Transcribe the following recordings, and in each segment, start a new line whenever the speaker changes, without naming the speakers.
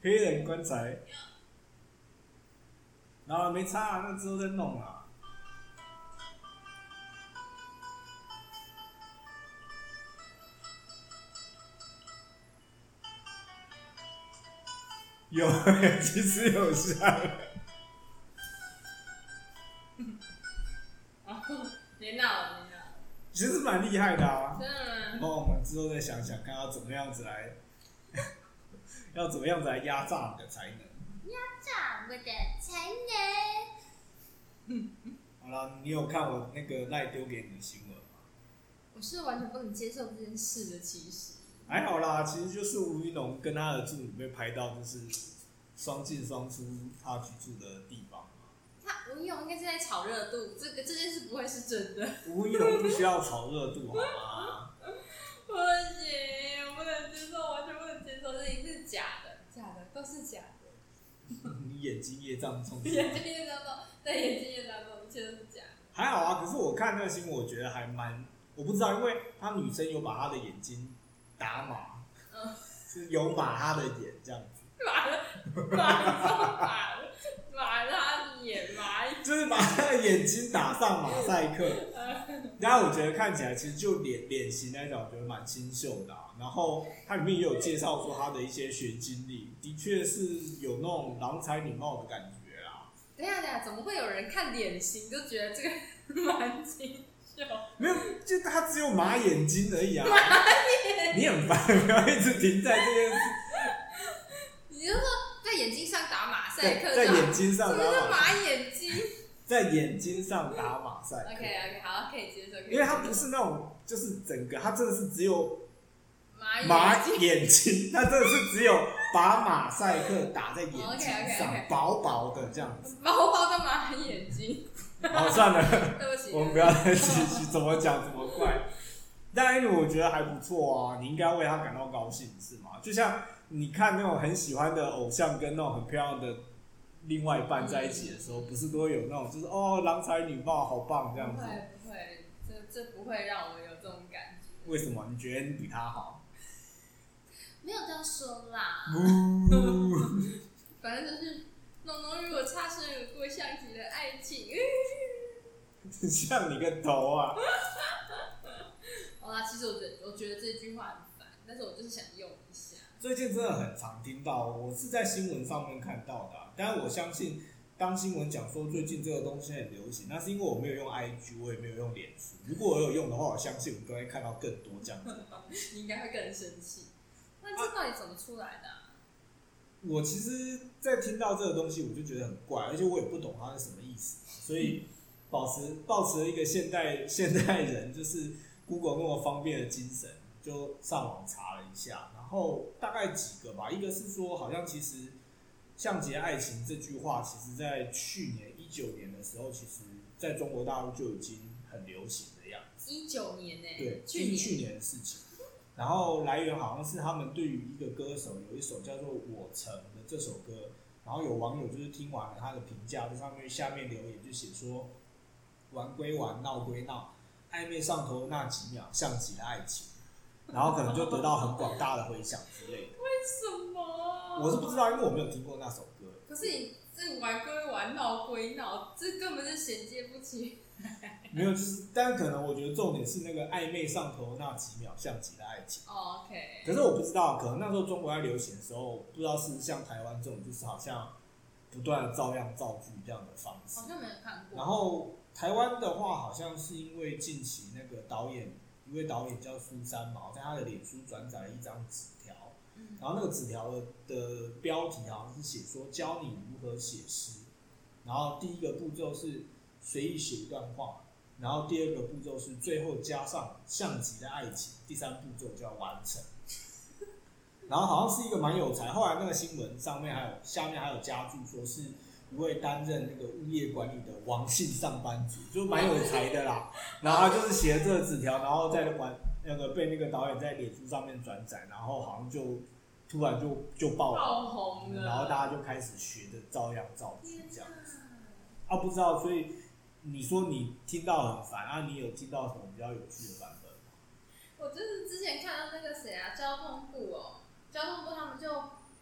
黑人棺材，然后没差、啊，那之后再弄啊。有， 其实有像，
哦，别闹了，别闹了，
其实蛮厉害的啊。
真的
然
吗？
后我们之后再想想，看要怎么样子来， 要怎么样子来压榨你的才能。
照我的才能。
好了，你有看我那个赖丢给你的新闻吗？
我是完全不能接受这件事的，其实。
还好啦，其实就是吴一农跟他的助理被拍到，就是双进双出他居住的地方嘛。
他吴勇应该是在炒热度，这个这件事不会是真的。
吴一农不需要炒热度好吗？
不行，我不能接受，完全不能接受，这一定是假的，假的都是假的。
你眼睛业障重。
眼睛也张动，对，眼睛也张动，一切都是假的。
还好啊，可是我看那个新闻，我觉得还蛮……我不知道，因为她女生有把她的眼睛打码，
嗯，
是有码她的眼这样子，
麻了，麻了，麻了，麻了他眼麻一
就是把她的眼睛打上马赛 克。然后我觉得看起来其实就脸脸型来讲，我觉得蛮清秀的、啊。然后它里面也有介绍说她的一些学经历，的确是有那种郎才女貌的感觉啊啦。
等一下，等一下，怎么会有人看脸型就觉得这个人蛮清秀？
没有，就她只有马眼睛而已啊。你很烦，不要一直停在这件事，
你就说在眼睛上打马赛
在
克
在
就好，
眼睛上
什
打
么叫
马赛克。
马眼睛
在眼睛上打马赛克
？OK OK，好，可以接受，可以接受
因为它不是那种就是整个，它真的是只有
马
马
啊睛，
眼睛，它真的是只有把马赛克打在眼睛上
哦 OK，OK，OK
薄薄的这样子。
包包的马 眼睛，
好，算了，
对不起，
我们不要再继续怎么讲怎么怪。但我觉得还不错啊，你应该为他感到高兴是吗？就像你看那种很喜欢的偶像跟那种很漂亮的另外一半在一起的时候，不是都会有那种就是哦郎才女貌好棒这样
不
子？
会不会，这这不会让我有这种感觉。
为什么你觉得你比他好？
没有这样说啦，
反正就是浓浓如果擦身而过像极了爱情。
像你个头啊！
好啦，其实我觉得我觉得这句话很烦，但是我就是想用一 下。
最近真的很常听到，我是在新闻上面看到的啊、但我相信，当新闻讲说最近这个东西很流行，那是因为我没有用 IG，我也没有用脸书。如果我有用的话，我相信我都会看到更多这样子。
你应该会更生气。那
啊
这到底怎么出来的、啊？
我其实，在听到这个东西，我就觉得很怪，而且我也不懂它是什么意思，所以保持保持一个现代现代人就是 Google 那么方便的精神，就上网查了一下，然后大概几个吧，一个是说好像其实“像极了爱情”这句话，其实在去年一九年的时候，其实在中国大陆就已经很流行的样子。
一九年呢、
对，是
去年
去年的事情。然后来源好像是他们对于一个歌手有一首叫做《我曾》的这首歌，然后有网友就是听完了他的评价，在上面下面留言就写说：“玩归玩，闹归闹，暧昧上头那几秒像极了爱情。” 然后可能就得到很广大的回响之类 的。
为什么？
我是不知道，因为我没有听过那首歌。
可是你这玩归玩，闹归闹，这根本就衔接不起。
没有，就是，但可能我觉得重点是那个暧昧上头那几秒像极了爱情。
哦 OK，
可是我不知道，可能那时候中国在流行的时候，不知道是不是像台湾这种，就是好像不断的照样造句这样的方式
好。像没有看过。
然后台湾的话，好像是因为近期那个导演，一位导演叫苏三毛，在他的脸书转载了一张纸条，
嗯，
然后那个纸条的的标题好像是写说教你如何写诗，然后第一个步骤是随意写一段话，然后第二个步骤是最后加上像极的爱情，第三步骤就要完成。然后好像是一个蛮有才，后来那个新闻上面还有下面还有加注说是一位担任那个物业管理的王姓上班族，就蛮有才的 啦。然后他就是写了这个纸条，然后在玩那个被那个导演在脸书上面转载，然后好像就突然就就爆了，
爆红了。
然后大家就开始学着照样造句
天
这
哪
样。！啊，不知道，所以你说你听到很烦啊，你有听到什么比较有趣的版本？
我就是之前看到那个谁啊，交通部哦，交通部他们就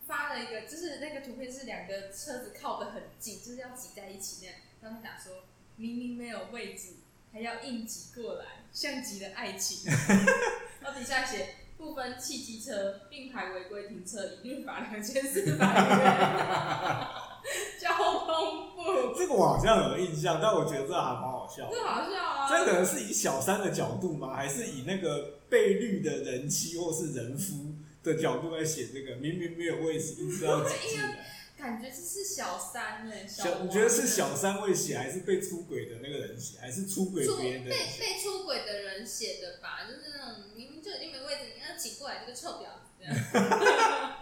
发了了一个，就是那个图片是两个车子靠得很近，就是要挤在一起那样。然后他打说，明明没有位置，还要硬挤过来，像极了爱情。 然后底下写不分汽机车，并排违规停车，一律罚两千四百元。 交通部，
这个我好像有印象，但我觉得这还蛮好笑的。
这好笑啊！
这可能是以小三的角度吗？还是以那个被绿的人妻或是人夫的角度来写这个？明明没有位置，硬是要挤进来。
感觉这是小三哎、小
小，
王
你觉得是小三会写，还是被出轨的那个人写，还是出轨
出
别人
被
的人写？
被出轨的人写的吧，就是那种明明就已经没位置，你要挤过来，这个臭婊子，这样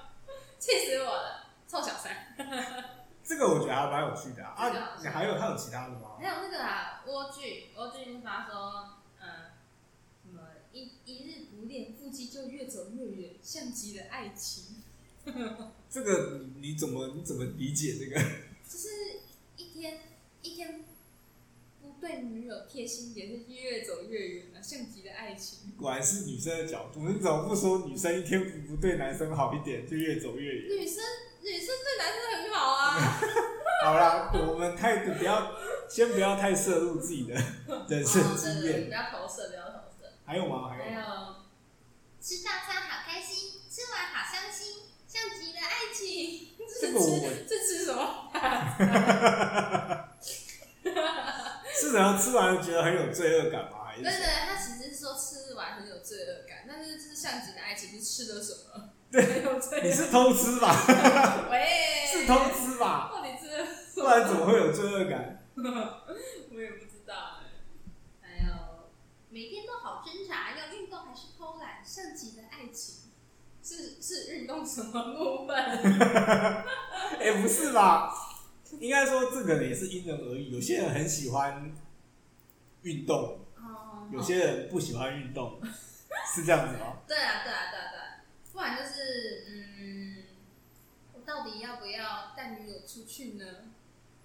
气死我了，臭小三。
这个我觉得还蛮有趣的啊。
这个
啊你还有还有其他的吗
还？有那个啊，蜗苣，蜗苣就是他说，嗯，
什么一一日不练，腹肌就越走越远，像极了爱情。
这个你你怎么你怎么理解这个？
就是一天一天
不对女友贴心也是越走越远
啊
了，像极了爱情。
果然是女生的角度，你怎么不说女生一天不不对男生好一点，就越走越远？
女生女生对男生很好啊，
好啦，我们太不要，先不要太摄入自己的人生经
哦对
验。
不要投射，不要投射。
还有吗？还有
还
吗？
有吃大餐好开心，吃完好伤心，像极了爱情。
这个我
这吃什么？
是怎样吃完觉得很有罪恶感吗？还是
对对，他其实是说吃完很有罪恶感，但是就是像极了爱情是吃了什么？
没有这
你
样。
是偷吃 吧？
喂，
是偷吃吧？
到底吃了什
不
么？
然怎么会有罪恶感？
我也不知道哎、
还有每天都好挣扎，要运动还是偷懒，像极了爱情。
是是运动什么部分？
哎、不是吧？应该说这个也是因人而异，有些人很喜欢运动，
哦
有些人不喜欢运动，是这样子吗？
对啊对啊对啊对啊，不然就是嗯，
我到底要不要带女友出去呢？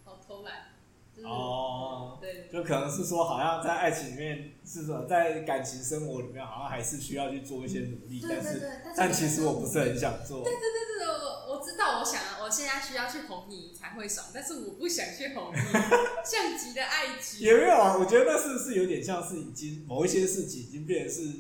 好偷懒，就是、
哦
对，
就可能是说，好像在爱情里面，是说在感情生活里面，好像还是需要去做一些努力，
对
但
对
是
对，
但其实我不是很想做。
就是我我知道，我想我现在需要去哄你才会爽，但是我不想去哄 你，像极了爱情。
也没有啊，我觉得那是不是有点像是已经某一些事情已经变成是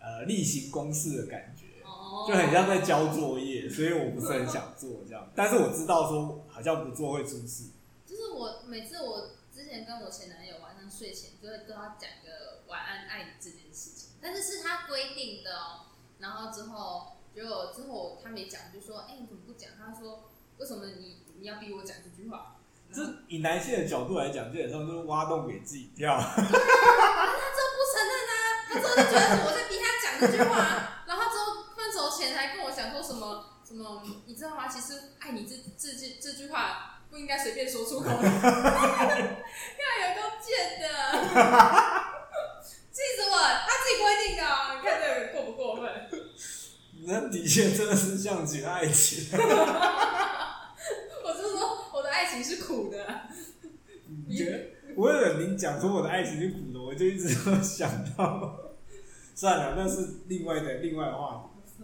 呃例行公事的感觉，
哦
就很像在交作业，所以我不是很想做这样。但是我知道说好像不做会出事，
就是我每次我之前跟我前男友晚上睡前就会都要讲个晚安爱你这件事情，但是是他规定的哦。然后之后结果之后他没讲，我就说哎、你怎么不讲？他说为什么你你要逼我讲这句话？
这以男性的角度来讲，基本上就是挖洞给自己跳。
他之后不承认啊，他之后就觉得我在逼他讲这句话啊， 然后之后分手前还跟我讲说什么什么，你知道吗？其实爱你这这句这句话不应该随便说出口，
看有够贱的，
气死我了！
他自己规定的
哦
啊、你看这个人过不过分？
那的确真的是像极了爱情，
我就说我的爱情是苦的，
你觉得？我有您讲说我的爱情是苦的，我就一直都想到，算了，那是另外的另外的话题。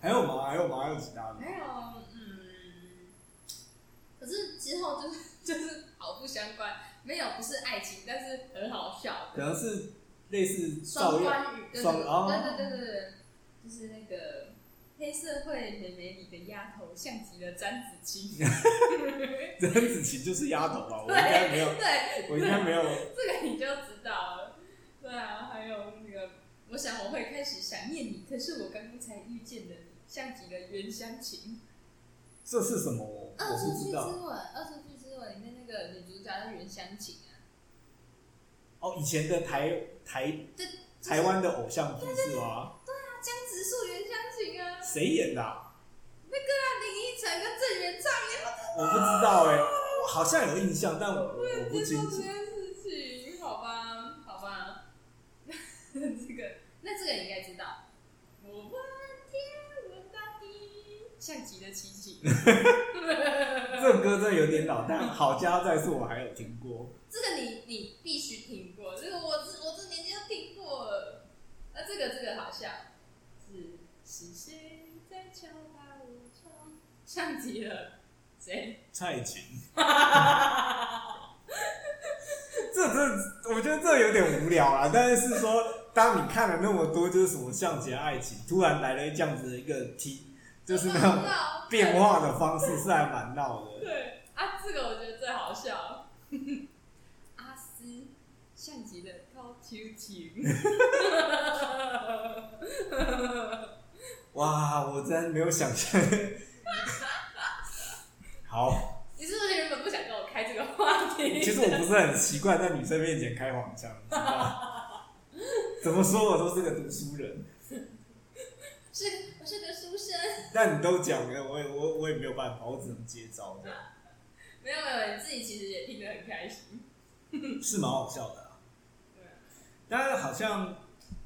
还有吗？还有吗？还有其他的吗？
还有，嗯，可是之后就是就是
毫不相关，没有不是爱情，但是很好笑
可能是类似照
双
耀
关语，对
双
对
哦
对对对对对，就是那个黑社会美美里的丫头，像极了詹子清。
甄子琪就是丫头吧？我应该没有，
对，
我应该没有。
这个你就知道了。对啊，还有那个，我想我会开始想念你，可是我刚刚才遇见的你，像极了原乡情。
这是什么？我
恶
我
作
不
剧
知
之
道。
吻，恶作剧之
对，
吻，
里面那个女主角叫原乡情啊，
哦，以前的台台
对
台湾的偶像剧是吗？
那江直树原乡情啊，
谁演的啊？
那林依晨跟郑元畅也好，
我不知道哎，我好像有印象，但我我不
接
清
受这
楚。
件事情，好吧，好吧。 这个
那这个应该知道。
我问天问大地，像极了琪琪。
这首歌真的有点老，但好家在是我还有听过。
这个你你
必须听过，这个我这我这年纪都听过了。啊，这个这个好笑，是是谁在敲打我窗？像极了谁？
蔡琴，
这这，我觉得这有点无聊啦。但是是说，当你看了那么多，就是什么像极了爱情，突然来了这样子的一个题，就是那种
种
变化的方式是还蛮闹的。
对啊，这个我觉得最好笑了。阿斯像极了高秋情，
哇，我真没有想象。好，
你是不是原本不想跟我开这个话题？
其实我不是很习惯在女生面前开黄腔，你知道吗怎么说我都是个读书人，
是我是个书生，
但你都讲了，我也我我也没有办法，我只能接招这样，
没有没有，你自己其实也听得很开心。
是蛮好笑的啦
对啊。
但是好像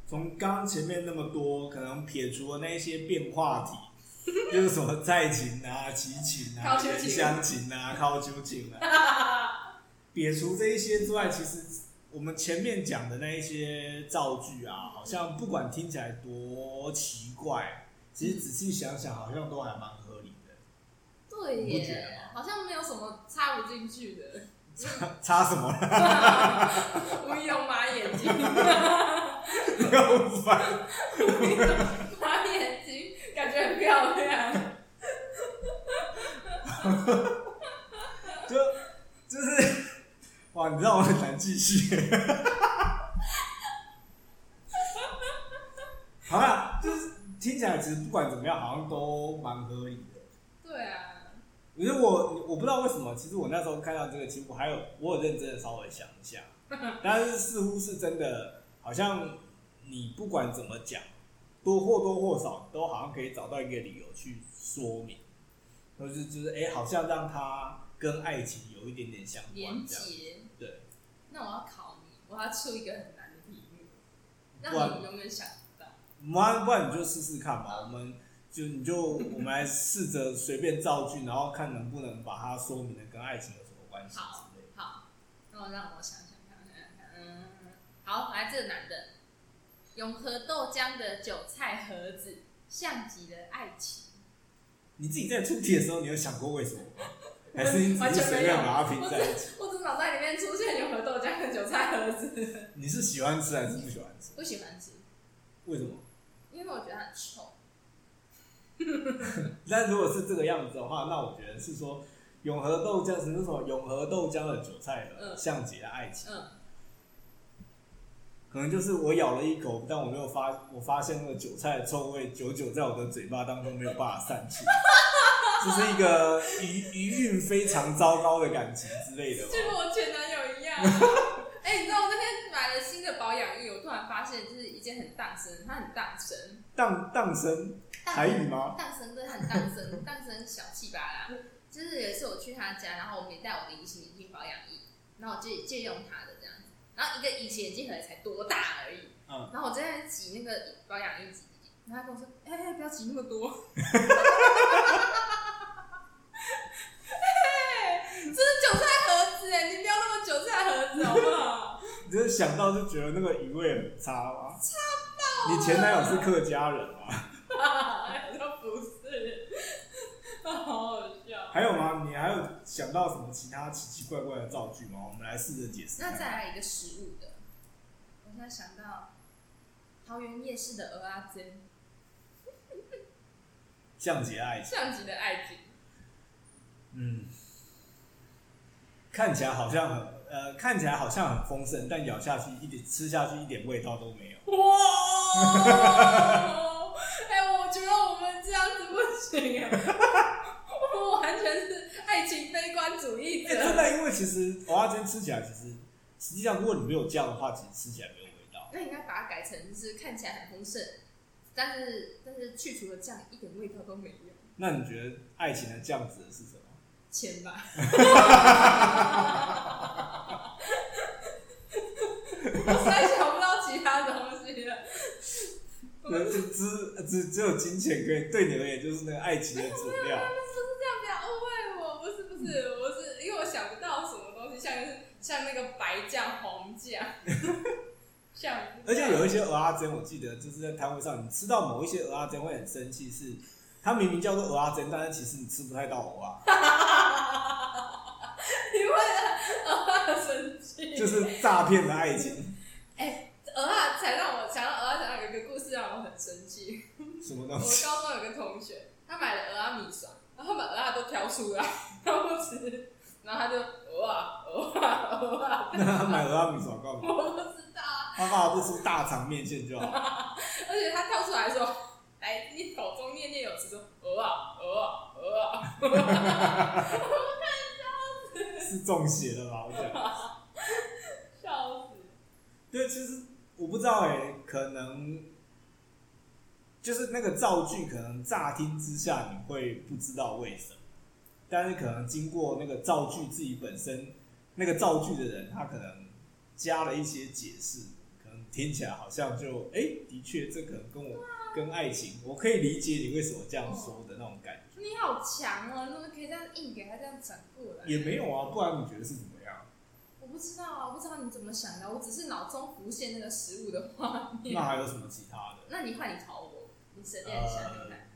从刚刚前面那么多，可能撇除了那一些变化题， 就是什么蔡琴啊、齐琴啊、
靠秋
袁
琴
湘琴啊、靠秋琴啊， 撇除这一些之外，其实我们前面讲的那一些造句啊，好像不管听起来多奇怪，其实仔细想想，好像都还蛮合理的。
对
你不觉得
耶，
吗
好像没有什么插不进去的，
差 什么了？
无用马眼睛，
又烦。
马眼睛感觉很漂亮。
就就是，哇，你让我很难继续。好啦，就是听起来其实不管怎么样，好像都蛮合理的。
对啊，
可是我我不知道为什么，其实我那时候看到这个题目，还有我有认真的稍微想一下， 但是似乎是真的，好像你不管怎么讲，多或多或少都好像可以找到一个理由去说明，或是就是哎、诶好像让它跟爱情有一点点相
连
关这样。
结。
对，
那我要考你，我要出一个很难的题目，
不
让
然
你永远想不到。
不然不然你就试试看吧，我们就你就我们来试着随便造句，然后看能不能把它说明的跟爱情有什么关系
好
之类的。
好，那我让我想想看，想想看，嗯，好，来这个男的，
永和豆浆的韭菜盒子，像极了爱情。
你自己在出题的时候，你有想过为什么吗？还是你只是随便把它拼在一起？
我只脑袋里面出现有和豆浆和韭菜盒子，
你是喜欢吃还是不喜欢吃？
不喜欢吃，
为什么？
因为我觉得很臭。
但如果是这个样子的话，那我觉得是说永和豆浆是什么？永和豆浆的韭菜盒，
嗯
像极了爱情。
嗯，
可能就是我咬了一口，但我没有发，我发现那个韭菜的臭味久久在我的嘴巴当中没有办法散去，这是一个余余韵非常糟糕的感情之类的吧。
就跟我前男友一样。 哎、你知道我那天买了新的保养液，我突然发现就是一件很荡生，它很荡生，
荡荡生台语吗？
荡生对，很荡生，荡生小气巴啦。就是有一次我去他家，然后我没带我的隐形眼镜保养液，然后我借借用他的这样子。然后一个隐形眼镜盒才多大而已，
嗯
然后我正在挤那个保养液挤挤挤，然后他跟我说：“哎、哎，不要挤那么多。
这是韭菜盒子哎，你不要那么韭菜盒子好不好？
你就是想到就觉得那个余味很差吗？差爆！你前男友是客家人吗？
我说不是，好好笑。
还有吗？你还有想到什么其他奇奇怪怪的造句吗？我们来试着解”释。
那再来一个食物的，我现在想到桃园夜市的鹅阿珍，
像极了爱情。
像极了爱情，
嗯，看起来好像很呃，看起来好像很丰盛，但咬下去一点吃下去一点味道都没有。
哇！哎、我觉得我们这样子不行哎，
啊
我们完全是爱情悲观主义
哎、
啊
真
者。
的，因为其实蚵仔煎吃起来，其实实际上如果你没有酱的话，其实吃起来没有味道。
那应该把它改成就是看起来很丰盛，但是但是去除了酱一点味道都没有，
那你觉得爱情的酱指的是什么？
钱 吧。
我实在想不到其他东西了。
就是只只只有金钱可以对你而言就是那个爱情的佐料。
不要误会我，不是不是，我是因为我想不到什么东西，像是像那个白酱、红酱，像
而且有一些蚵仔煎，我记得就是在摊位上，你吃到某一些蚵仔煎会很生气，是它明明叫做鹅阿珍，但是其实你吃不太到鹅啊，
你为了啊生气，
就是诈骗的爱情，
鹅啊，才让我想到鹅啊，才让有一个故事让我很 生气。
什么
我
东西？
高中有个同学，他买了鹅啊米爽，然后把鹅啊都挑出来，然后吃，然后他就鹅啊鹅啊鹅啊，
那他买鹅阿米爽干嘛？
我不知道啊。
他爸爸不出大肠面线就好，
而且他跳出来说，来，你口中念念有词说鹅啊鹅啊鹅啊，
是中邪了吧？我想。
笑死。
对，其实我不知道哎、可能就是那个造句，可能乍听之下你会不知道为什么，但是可能经过那个造句自己本身，那个造句的人他可能加了一些解释，可能听起来好像就哎、的确这可能跟我跟爱情，我可以理解你为什么这样说的那种感觉，
你好强哦！你怎么可以这样硬给他这样转过来？
也没有啊，不然你觉得是怎么样？
我不知道啊，我不知道你怎么想的，我只是脑中浮现那个食物的画面。
那还有什么其他的？
那你换你考我，你随便想想看。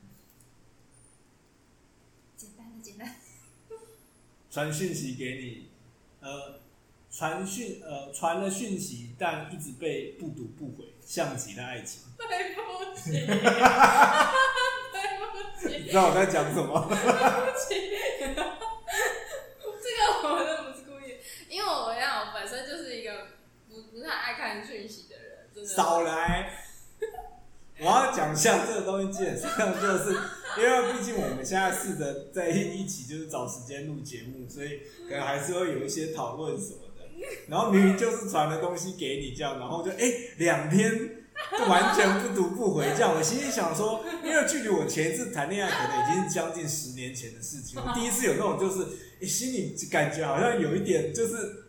简单的，简单的。
传讯息给你，呃，传讯呃传了讯息，但一直被不读不回，像极了爱情。
对不起， 对不起，
你知道我在讲什么？
对不起。这个我都不是故意，因为我让我本身就是一个不不太爱看讯息的人，真的。
少来！我要讲一下这个东西，基本上就是因为毕竟我们现在试着在一起，就是找时间录节目，所以可能还是会有一些讨论什么 的。然后明明就是传了东西给你这样，然后就哎两、天就完全不读不回这样。我心里想说，因为距离我前一次谈恋爱可能已经是将近十年前的事情，我第一次有那种就是、哎心里感觉好像有一点就是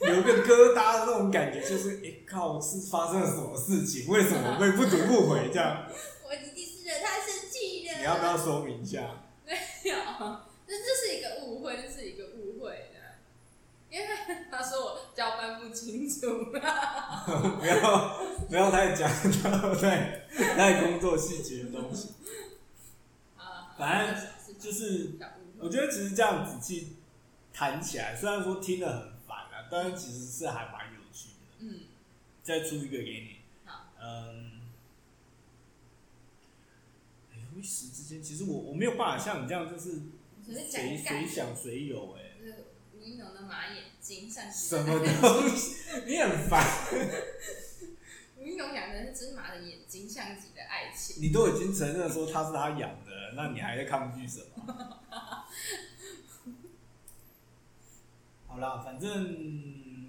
有一个疙瘩的那种感觉，就是哎、靠是发生了什么事情？为什么会不读不回这样？
我一定是惹他生气了。
你要不要说明一下？
没有，这这是一个误会，这是一个误会的，因为他说我交班不清楚，
不要不要太讲到太太工作细节的东西。
啊，
反正就是
小误
我
会，
觉得其实这样仔细谈起来，虽然说听得很烦啊，但是其实是还蛮有趣的。
嗯，
再出一个给你
好，
嗯，哎呦一时之间，其实我我没有办法像你这样，就是
只是讲
随
一概
随，想随有哎、
就是吴一农的马眼睛上
什么东西？你很烦，
吴一农养的那只马的眼睛像极了爱情，
你都已经承认说他是他养的了，那你还在抗拒什么？ 好啦，反正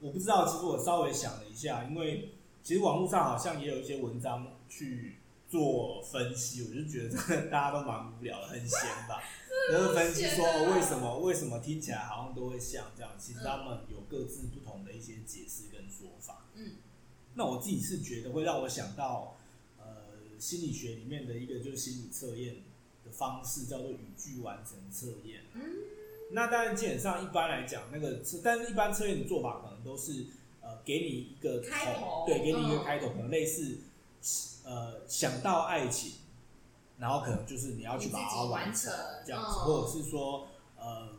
我不知道，其实我稍微想了一下，因为其实网络上好像也有一些文章去做分析，我就觉得这个大家都蛮无聊的，很闲吧。就是分析说
真的
哦
很闲啊
为什么为什么听起来好像都会像这样，其实他们有各自不同的一些解释跟说法。
嗯，
那我自己是觉得会让我想到，呃，心理学里面的一个就是心理测验的方式叫做语句完成测验。
嗯
那当然，基本上一般来讲，那个是，但是一般测验的做法可能都是呃，给你一个
开头
对，给你一个
嗯
开头，可能类似呃想到爱情，然后可能就是你要去把
你自
它
己
完
完成
这样子，
嗯
或者是说呃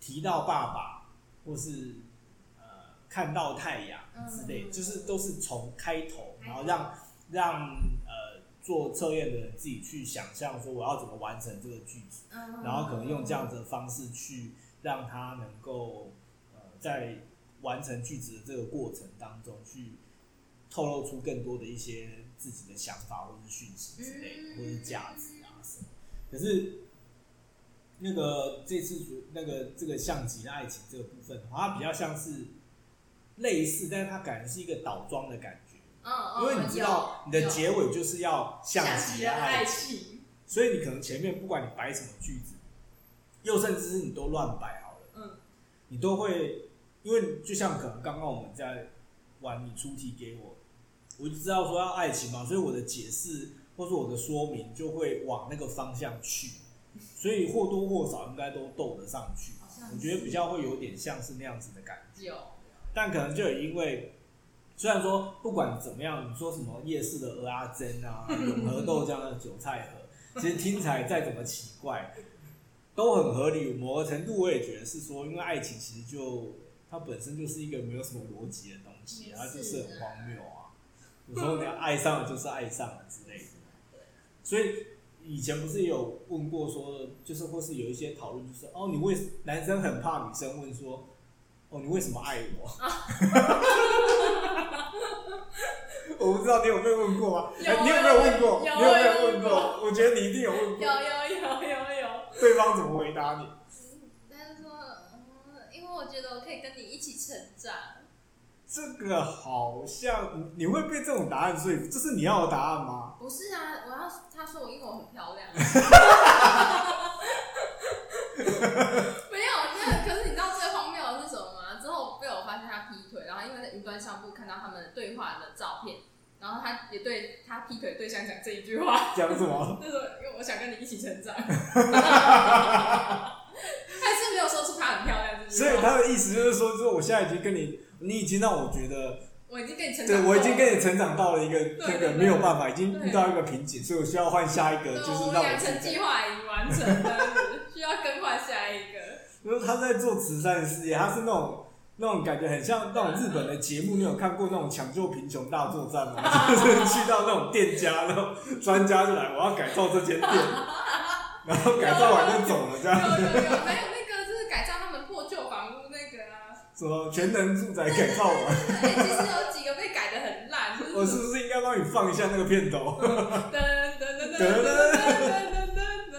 提到爸爸，或是呃看到太阳之类，
嗯
就是都是从开头，
开头
然后让让呃做测验的人自己去想象说我要怎么完成这个句子。
嗯
然后可能用这样子的方式去让他能够呃在完成句子的这个过程当中去透露出更多的一些自己的想法或是讯息之类的，
嗯
或是价值啊什么。可是那个这次主那个这个象棋的爱情这个部分的话，它比较像是类似，但是它感觉是一个倒装的感觉，
嗯嗯，
因为你知道你的结啊尾就是要哦象棋的
的
爱
爱
情。
情，
所以你可能前面不管你摆什么句子，又甚至是你都乱摆好了，
嗯，
你都会，因为就像可能刚刚我们在玩你出题给我，我就知道说要爱情嘛，所以我的解释或是我的说明就会往那个方向去，所以或多或少应该都斗得上去
好像，是
我觉得比较会有点像是那样子的感觉。
有
但可能就也因为，虽啊 然说不管怎么样，你说什么夜市的鹅阿珍啊、永和豆浆的韭菜盒，其实听起来再怎么奇怪，都很合理。某个程度我也觉得是说，因为爱情其实就它本身就是一个没有什么逻辑的东西，
也
它就是很
是啊
荒谬啊。有时候你爱上了就是爱上了之类的。
对，
所以以前不是也有问过说，就是或是有一些讨论，就是哦，你为男生很怕女生问说，哦，你为什么爱我？ 我不知道你有被问过吗？
有啊
哎你有没有问过？
有
你有没有
有
问过？我觉得你一定有问
有
过，
有有有有，
对方怎么回答你？
他就说，嗯，因为我觉得我可以跟你一起成长，
这个好像你会被这种答案说服，这是你要的答案吗？
不是啊，我要他说我因为我很漂 亮，啊没有，那可是你知道最荒谬的是什么吗？之后被我发现他劈腿，然后因为在云端相簿看到他们对话的照片，然后他也对他劈腿对象讲这一句话，
讲什 么？
就是因为我想跟你一起 成长，还是没有说出她很漂亮这句
所
话，
以他的意思就是说，就是我现在已经跟你，你已经让我觉得
我已经 跟你成
对，
长过了，
我已经跟你成长到了一个那
对
个
对
没有办法，已经
对
遇到一个瓶颈，所以我需要换下一个，
对
呃就是
我
让我
们养
成
成
长
计。划已完成了，需要更换下一个。
就是他在做慈善事业，他是那种那种感觉很像那种日本的节目，你有看过那种抢救贫穷大作战吗？就是去到那种店家，然后专家就来，我要改造这间 店，然后改造完就走了，这
有
样
有有，还有那个就是改造他们破旧房屋那个啊，
什么全能住宅改造完，
哎，其实有几个被改的很烂，就是
我是不是应该帮你放一下那个片头？
噔噔噔噔噔噔噔噔噔，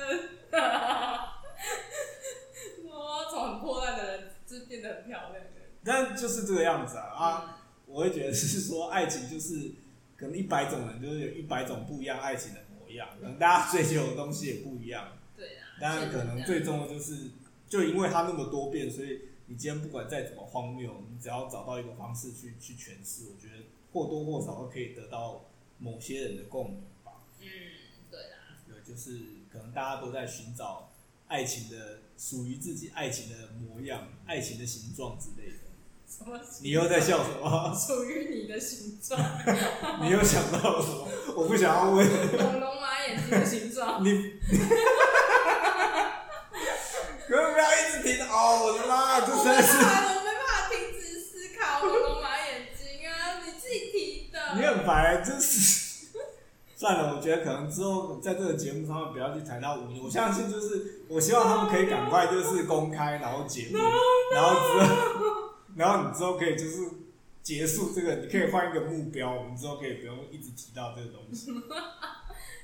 我从很破烂的人就变得很漂亮的
但就是这个样子啊啊！，我会觉得是说，爱情就是可能一百种人，就是有一百种不一样爱情的模样，可能大家追求的东西也不一样。
对啊，
当然，可能最终的就是，就因为它那么多变，所以你今天不管再怎么荒谬，你只要找到一个方式去去诠释，我觉得或多或少会可以得到某些人的共鸣吧。
嗯，对啦，
对，就是可能大家都在寻找爱情的属于自己爱情的模样、爱情的形状之类的。
什么
你又在笑什么？
属于你的形状，
你又想到了什么？ 我不想要问。
恐龙马眼睛的形 状，
你，可不可以不要一直停哦！我的妈，这
我
真
没
的是
办法，我没办法停止思考，恐龙马眼睛啊，你自己提的，
你很白，真是。算了，我觉得可能之后在这个节目上面不要去谈到五年，我相信就是，我希望他们可以赶快就是公开，然后节目，然后之后，然后你之后可以就是结束这个，你可以换一个目标，我们之后可以不用一直提到这个东 西。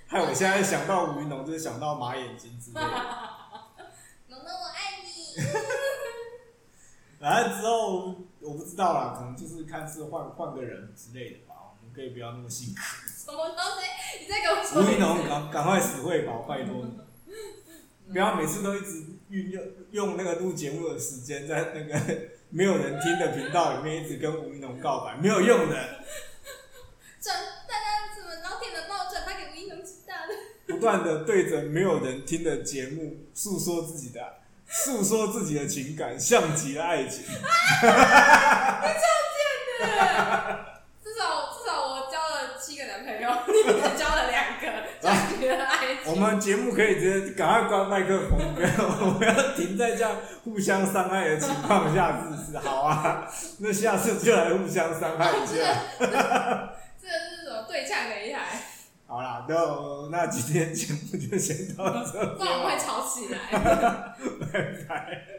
害我现在想到吴云龙，就是想到马眼睛之类的。
龙龙我爱你。
反正之后我不知道啦，可能就是看是换换个人之类的吧。我们可以不要那么辛苦。
什么东西？你再给我
吴
说一
一
次。
农，赶赶快死会吧，拜托你， 不要每次都一直运用用那个录节目的时间，在那个 没有人听的频道里面一直跟吴一农告白，没有用的，
转大家怎么老铁的帮我转发给吴一农知道的？
不断的对着没有人听的节目诉说自己的诉说自己的情感，像极了爱情。
至少至少我交了七个男朋友， 你只交了两个，感觉爱情。
我们节目可以直接赶快关麦克风，不要我们要停在这样互相伤害的情况下试试。好啊， 那下次就来互相伤害一
这
下。
这是什么对呛擂台？
好啦，那那今天节目就先到这，
不然我会吵起来。
拜拜。